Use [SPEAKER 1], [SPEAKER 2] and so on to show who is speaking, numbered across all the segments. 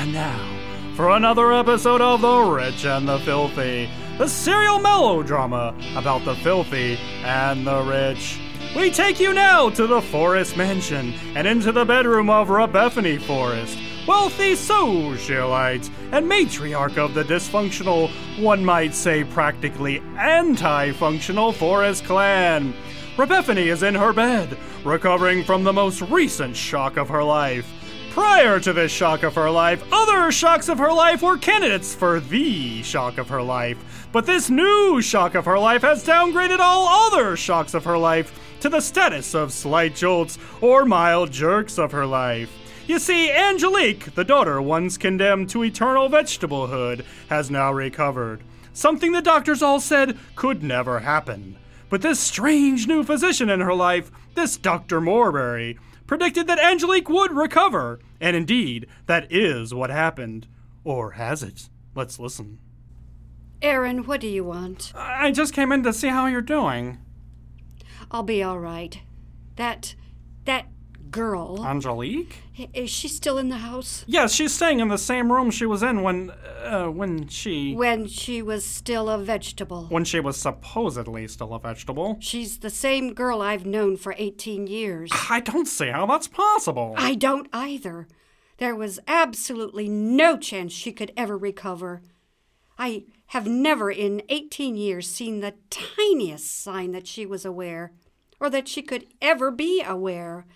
[SPEAKER 1] And now, for another episode of The Rich and the Filthy, the serial melodrama about the filthy and the rich. We take you now to the Forest Mansion and into the bedroom of Rebephany Forest, wealthy socialite and matriarch of the dysfunctional, one might say practically anti functional Forest clan. Rebephany is in her bed, recovering from the most recent shock of her life. Prior to this shock of her life, other shocks of her life were candidates for the shock of her life. But this new shock of her life has downgraded all other shocks of her life to the status of slight jolts or mild jerks of her life. You see, Angelique, the daughter once condemned to eternal vegetablehood, has now recovered. Something the doctors all said could never happen. But this strange new physician in her life, this Dr. Morbury, predicted that Angelique would recover. And indeed, that is what happened. Or has it? Let's listen.
[SPEAKER 2] Aaron, what do you want?
[SPEAKER 1] I just came in to see how you're doing.
[SPEAKER 2] I'll be all right. That that girl
[SPEAKER 1] Angelique?
[SPEAKER 2] i- is she still in the house?
[SPEAKER 1] Yes, she's staying in the same room she was in when uh, when she
[SPEAKER 2] When she was still a vegetable.
[SPEAKER 1] when she was supposedly still a vegetable.
[SPEAKER 2] She's the same girl I've known for 18 years.
[SPEAKER 1] I don't see how that's possible.
[SPEAKER 2] I don't either. There was absolutely no chance she could ever recover. I have never in 18 years seen the tiniest sign that she was aware or that she could ever be aware.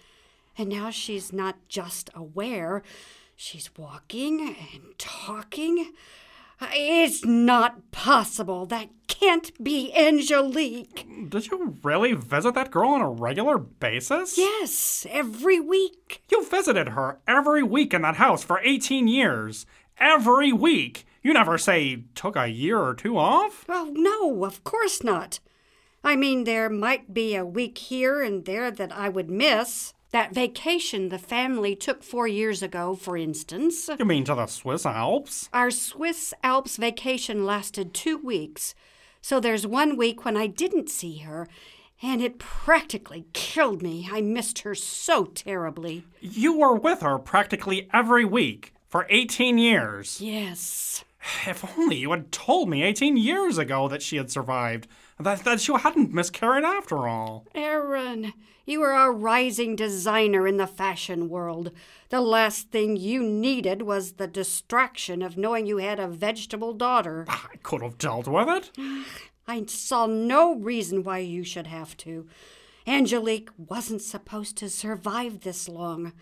[SPEAKER 2] And now she's not just aware, she's walking and talking. It's not possible. That can't be Angelique.
[SPEAKER 1] Did you really visit that girl on a regular basis?
[SPEAKER 2] Yes, every week.
[SPEAKER 1] You visited her every week in that house for 18 years. Every week. You never say took a year or two off?
[SPEAKER 2] Oh, no, of course not. I mean, there might be a week here and there that I would miss. That vacation the family took four years ago, for instance.
[SPEAKER 1] You mean to the Swiss Alps?
[SPEAKER 2] Our Swiss Alps vacation lasted two weeks, so there's one week when I didn't see her, and it practically killed me. I missed her so terribly.
[SPEAKER 1] You were with her practically every week for 18 years.
[SPEAKER 2] Yes.
[SPEAKER 1] If only you had told me 18 years ago that she had survived, that, that you hadn't miscarried after all.
[SPEAKER 2] Aaron, you are a rising designer in the fashion world. The last thing you needed was the distraction of knowing you had a vegetable daughter.
[SPEAKER 1] I could have dealt with it.
[SPEAKER 2] I saw no reason why you should have to. Angelique wasn't supposed to survive this long.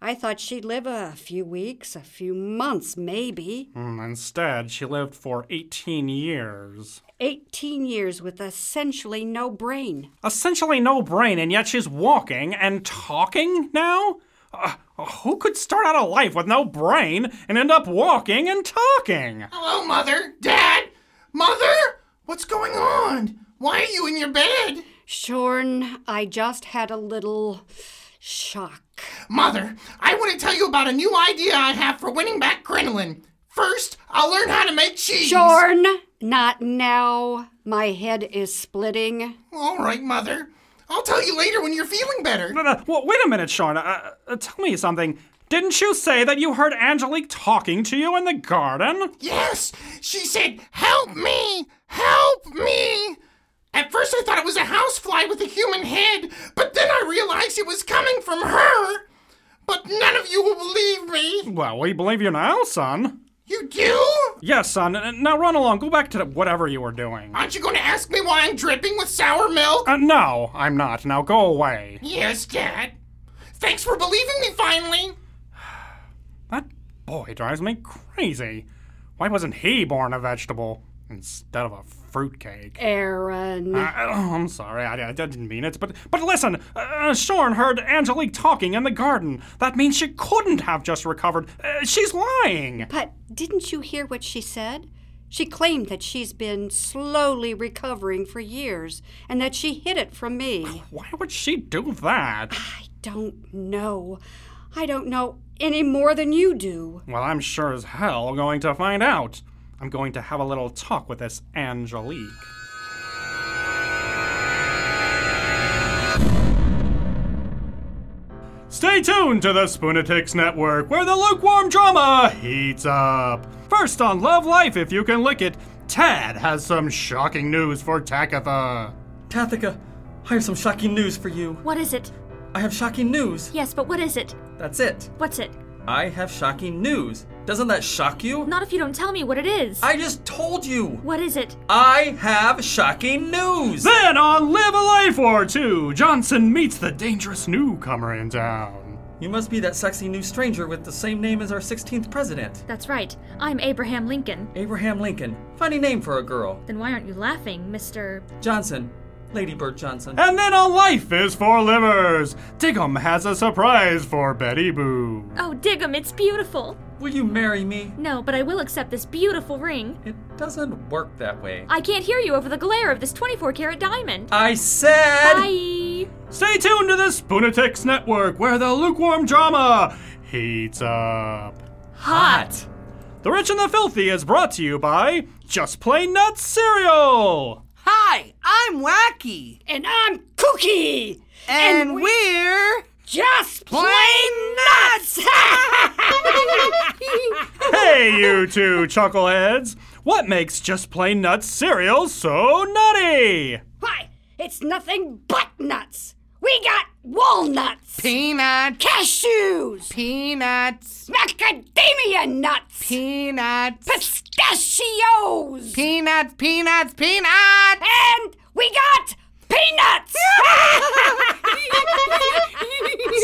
[SPEAKER 2] I thought she'd live a few weeks, a few months, maybe.
[SPEAKER 1] Mm, Instead, she lived for 18 years.
[SPEAKER 2] 18 years with essentially no brain.
[SPEAKER 1] Essentially no brain, and yet she's walking and talking now? Uh, who could start out a life with no brain and end up walking and talking?
[SPEAKER 3] Hello, Mother. Dad. Mother. What's going on? Why are you in your bed?
[SPEAKER 2] Shorn, I just had a little shock.
[SPEAKER 3] Mother, I want to tell you about a new idea I have for winning back Kremlin. First, I'll learn how to make cheese.
[SPEAKER 2] Jorn, not now. My head is splitting.
[SPEAKER 3] All right, Mother. I'll tell you later when you're feeling better.
[SPEAKER 1] No, no, well, wait a minute, Sean. Uh, uh, tell me something. Didn't you say that you heard Angelique talking to you in the garden?
[SPEAKER 3] Yes, she said, Help me! Help me! At first, I thought it was a housefly with a human head, but then I realized it was coming from her. But none of you will believe me.
[SPEAKER 1] Well, we believe you now, son.
[SPEAKER 3] You do?
[SPEAKER 1] Yes, son. Uh, Now run along. Go back to whatever you were doing.
[SPEAKER 3] Aren't you going to ask me why I'm dripping with sour milk?
[SPEAKER 1] Uh, no, I'm not. Now go away.
[SPEAKER 3] yes, Dad. Thanks for believing me finally.
[SPEAKER 1] That boy drives me crazy. Why wasn't he born a vegetable instead of a fruitcake?
[SPEAKER 2] Aaron.
[SPEAKER 1] I, I- I'm sorry, I, I didn't mean it, but but listen, uh, Shorn heard Angelique talking in the garden. That means she couldn't have just recovered. Uh, she's lying.
[SPEAKER 2] but didn't you hear what she said? She claimed that she's been slowly recovering for years and that she hid it from me.
[SPEAKER 1] Why would she do that?
[SPEAKER 2] I don't know. I don't know any more than you do.
[SPEAKER 1] Well, I'm sure as hell going to find out. I'm going to have a little talk with this Angelique. Stay tuned to the Spoonatics Network, where the lukewarm drama heats up. First on Love Life, if you can lick it, Tad has some shocking news for Takatha.
[SPEAKER 4] Tathika, I have some shocking news for you.
[SPEAKER 5] What is it?
[SPEAKER 4] I have shocking news.
[SPEAKER 5] Yes, but what is it?
[SPEAKER 4] That's it.
[SPEAKER 5] What's it?
[SPEAKER 4] I have shocking news. Doesn't that shock you?
[SPEAKER 5] Not if you don't tell me what it is.
[SPEAKER 4] I just told you.
[SPEAKER 5] What is it?
[SPEAKER 4] I have shocking news.
[SPEAKER 1] Then on Live a Life War 2, Johnson meets the dangerous newcomer in town.
[SPEAKER 4] You must be that sexy new stranger with the same name as our 16th president.
[SPEAKER 5] That's right. I'm Abraham Lincoln.
[SPEAKER 4] Abraham Lincoln. Funny name for a girl.
[SPEAKER 5] Then why aren't you laughing, Mr.
[SPEAKER 4] Johnson. Lady Bird Johnson.
[SPEAKER 1] And then on Life is for Livers, Diggum has a surprise for Betty Boo.
[SPEAKER 5] Oh, Diggum, it's beautiful.
[SPEAKER 4] Will you marry me?
[SPEAKER 5] No, but I will accept this beautiful ring.
[SPEAKER 4] It doesn't work that way.
[SPEAKER 5] I can't hear you over the glare of this 24 karat diamond.
[SPEAKER 4] I said.
[SPEAKER 5] Bye.
[SPEAKER 1] Stay tuned to the Spoonatics Network, where the lukewarm drama heats up.
[SPEAKER 5] Hot.
[SPEAKER 1] The Rich and the Filthy is brought to you by Just Plain Nuts Cereal.
[SPEAKER 6] Hi, I'm Wacky.
[SPEAKER 2] And I'm Cookie!
[SPEAKER 6] And, we're.
[SPEAKER 2] Just plain nuts!
[SPEAKER 1] Hey, you two chuckleheads! What makes Just Plain Nuts Cereal so nutty?
[SPEAKER 2] Why, it's nothing but nuts! We got walnuts!
[SPEAKER 6] Peanut.
[SPEAKER 2] cashews!
[SPEAKER 6] Peanuts.
[SPEAKER 2] macadamia nuts!
[SPEAKER 6] Peanuts.
[SPEAKER 2] pistachios!
[SPEAKER 6] Peanuts, peanuts, peanuts!
[SPEAKER 2] and we got peanuts!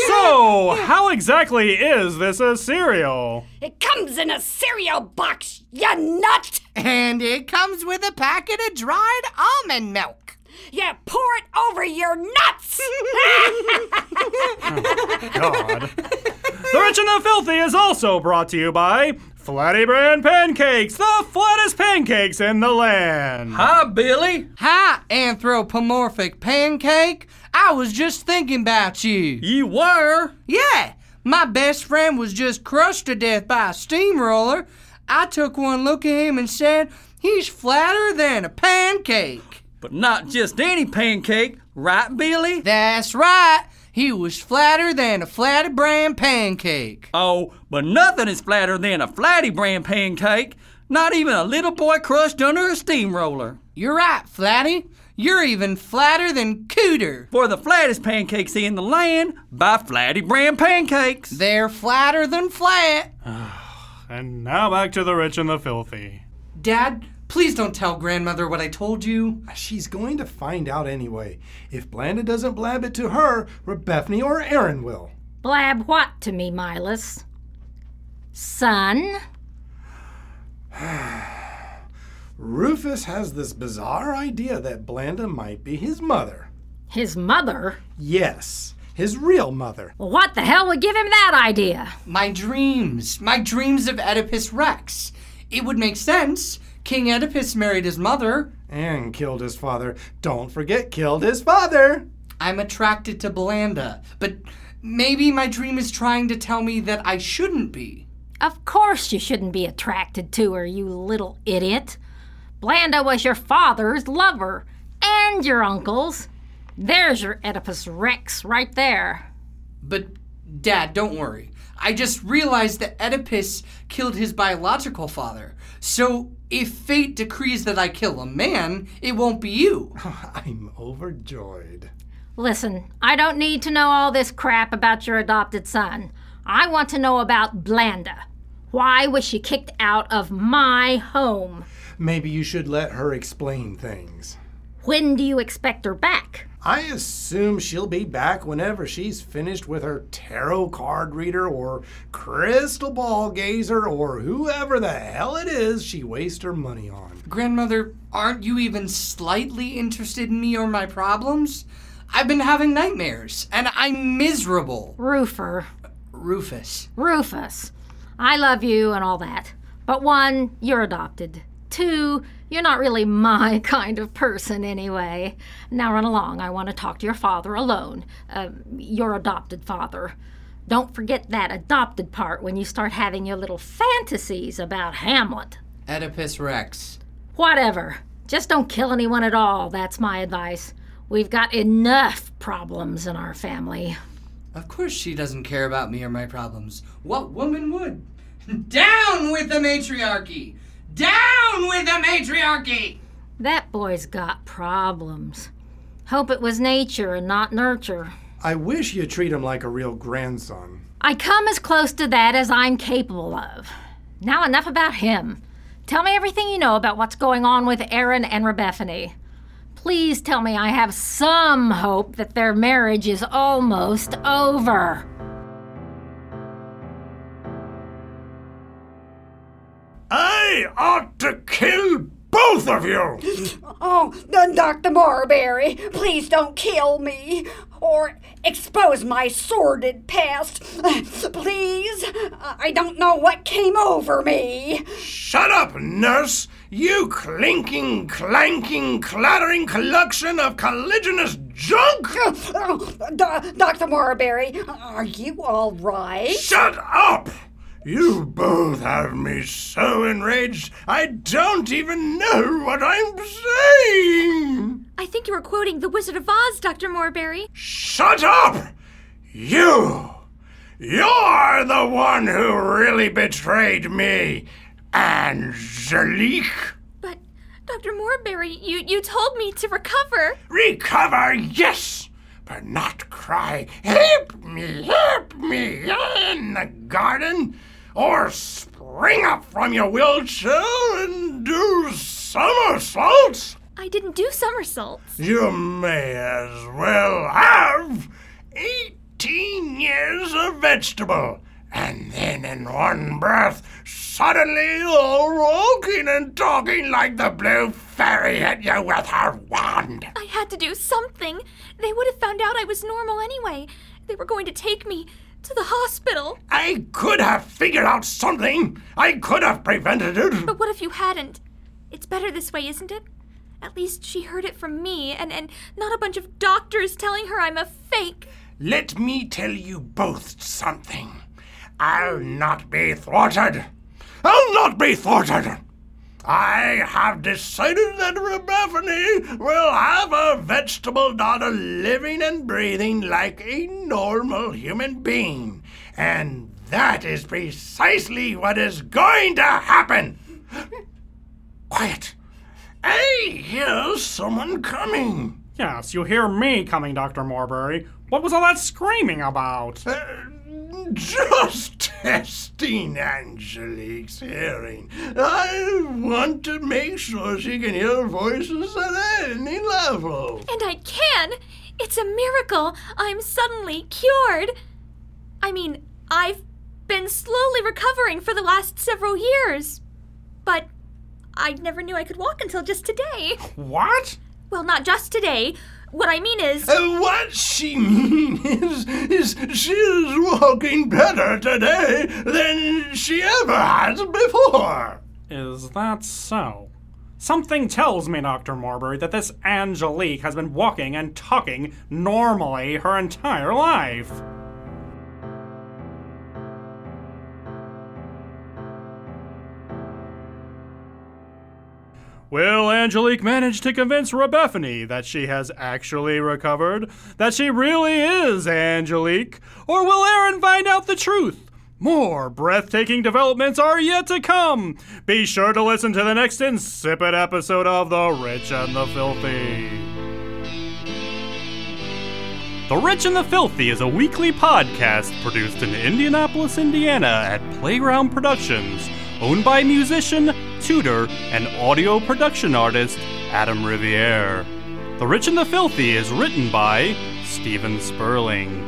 [SPEAKER 1] So, how exactly is this a cereal?
[SPEAKER 2] it comes in a cereal box, you nut!
[SPEAKER 6] And it comes with a packet of dried almond milk.
[SPEAKER 2] You pour it over your nuts!
[SPEAKER 1] God. the Rich and the Filthy is also brought to you by Flatty Brand Pancakes, the flattest pancakes in the land.
[SPEAKER 4] Hi, Ah, Billy.
[SPEAKER 6] Hi, anthropomorphic pancake. I was just thinking about you.
[SPEAKER 4] You were.
[SPEAKER 6] Yeah, my best friend was just crushed to death by a steamroller. I took one look at him and said, He's flatter than a pancake.
[SPEAKER 4] But not just any pancake, right, Billy?
[SPEAKER 6] That's right, he was flatter than a flatty bran pancake.
[SPEAKER 4] Oh, but nothing is flatter than a Flatty Brand pancake. Not even a little boy crushed under a steamroller.
[SPEAKER 6] You're right, Flatty. You're even flatter than Cooter.
[SPEAKER 4] For the flattest pancakes in the land, buy Flatty Brand pancakes.
[SPEAKER 6] They're flatter than flat.
[SPEAKER 1] And now back to the Rich and the Filthy.
[SPEAKER 6] Dad, please don't tell grandmother what I told you.
[SPEAKER 7] She's going to find out anyway. If Blanda doesn't blab it to her, Rebethany or Aaron will.
[SPEAKER 8] Blab what to me, Milas? Son?
[SPEAKER 7] Rufus has this bizarre idea that Blanda might be his mother.
[SPEAKER 8] His mother?
[SPEAKER 7] Yes, his real mother.
[SPEAKER 8] Well, what the hell would give him that idea?
[SPEAKER 6] My dreams. My dreams of Oedipus Rex. It would make sense. King Oedipus married his mother.
[SPEAKER 7] And killed his father. Don't forget, killed his father!
[SPEAKER 6] I'm attracted to Blanda, but maybe my dream is trying to tell me that I shouldn't be.
[SPEAKER 8] Of course you shouldn't be attracted to her, you little idiot. Blanda was your father's lover and your uncle's. There's your Oedipus Rex right there.
[SPEAKER 6] But, Dad, don't worry. I just realized that Oedipus killed his biological father. So, if fate decrees that I kill a man, it won't be you.
[SPEAKER 7] I'm overjoyed.
[SPEAKER 8] Listen, I don't need to know all this crap about your adopted son. I want to know about Blanda. Why was she kicked out of my home?
[SPEAKER 7] Maybe you should let her explain things.
[SPEAKER 8] When do you expect her back?
[SPEAKER 7] I assume she'll be back whenever she's finished with her tarot card reader or crystal ball gazer or whoever the hell it is she wastes her money on.
[SPEAKER 6] Grandmother, aren't you even slightly interested in me or my problems? I've been having nightmares, and I'm miserable.
[SPEAKER 8] Roofer.
[SPEAKER 6] Rufus.
[SPEAKER 8] Rufus. I love you and all that. But one, you're adopted. Two, you're not really my kind of person anyway. Now run along. I want to talk to your father alone, uh, your adopted father. Don't forget that adopted part when you start having your little fantasies about Hamlet.
[SPEAKER 6] Oedipus Rex.
[SPEAKER 8] Whatever. Just don't kill anyone at all. That's my advice. We've got enough problems in our family.
[SPEAKER 6] Of course she doesn't care about me or my problems. What woman would? Down with the matriarchy! Down with the matriarchy!
[SPEAKER 8] That boy's got problems. Hope it was nature and not nurture.
[SPEAKER 7] I wish you'd treat him like a real grandson.
[SPEAKER 8] I come as close to that as I'm capable of. Now, enough about him. Tell me everything you know about what's going on with Aaron and Rebephany. Please tell me I have some hope that their marriage is almost over.
[SPEAKER 7] I ought to kill both of you!
[SPEAKER 2] Oh, the Dr. Marberry, please don't kill me or expose my sordid past. Please, I don't know what came over me.
[SPEAKER 7] Shut up, nurse! You clinking, clanking, clattering collection of colliginous junk!
[SPEAKER 2] Oh, Do- Dr. Marberry, are you all right?
[SPEAKER 7] Shut up! You both have me so enraged, I don't even know what I'm saying!
[SPEAKER 5] I think you were quoting The Wizard of Oz, Dr. Morberry.
[SPEAKER 7] Shut up! You! You're the one who really betrayed me, Angelique!
[SPEAKER 5] But, Dr. Morberry, you, you told me to recover.
[SPEAKER 7] Recover, yes, but not cry, Help me, help me, in the garden, or spring up from your wheelchair and do somersaults.
[SPEAKER 5] I didn't do somersaults.
[SPEAKER 7] You may as well have 18 years of vegetable. And then in one breath, suddenly you're walking and talking like the blue fairy hit you with her wand.
[SPEAKER 5] I had to do something. They would have found out I was normal anyway. They were going to take me to the hospital.
[SPEAKER 7] I could have figured out something. I could have prevented it.
[SPEAKER 5] But what if you hadn't? It's better this way, isn't it? At least she heard it from me, and, and not a bunch of doctors telling her I'm a fake.
[SPEAKER 7] Let me tell you both something. I'll not be thwarted. I'll not be thwarted. I have decided that Rebephany will have a vegetable daughter living and breathing like a normal human being. And that is precisely what is going to happen. Quiet. I hear someone coming.
[SPEAKER 1] Yes, you hear me coming, Dr. Morbury. What was all that screaming about?
[SPEAKER 7] Uh, Just testing Angelique's hearing. I want to make sure she can hear voices at any level.
[SPEAKER 5] And I can! It's a miracle! I'm suddenly cured! I mean, I've been slowly recovering for the last several years. But I never knew I could walk until just today.
[SPEAKER 1] What?
[SPEAKER 5] Well, not just today. What I mean is,
[SPEAKER 7] Uh, What she means is, is she is walking better today than she ever has before.
[SPEAKER 1] Is that so? Something tells me, Dr. Marbury, that this Angelique has been walking and talking normally her entire life. Will Angelique manage to convince Rebephany that she has actually recovered? That she really is Angelique? Or will Aaron find out the truth? More breathtaking developments are yet to come. Be sure to listen to the next insipid episode of The Rich and the Filthy. The Rich and the Filthy is a weekly podcast produced in Indianapolis, Indiana at Playground Productions, owned by musician, tutor, and audio production artist Adam Riviere. The Rich and the Filthy is written by Stephen Sperling.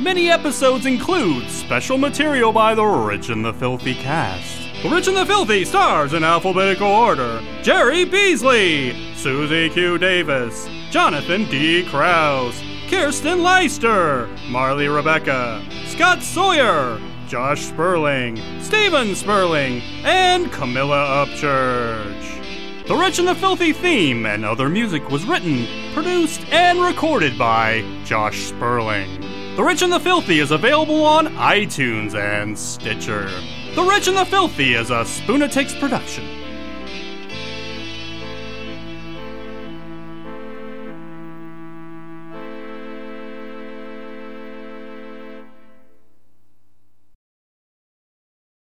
[SPEAKER 1] Many episodes include special material by the Rich and the Filthy cast. The Rich and the Filthy stars in alphabetical order Jerry Beasley, Susie Q. Davis, Jonathan D. Krause, Kirsten Leister, Marley Rebecca, Scott Sawyer, Josh Sperling, Steven Sperling, and Camilla Upchurch. The Rich and the Filthy theme and other music was written, produced, and recorded by Josh Sperling. The Rich and the Filthy is available on iTunes and Stitcher. The Rich and the Filthy is a Spoonatics production.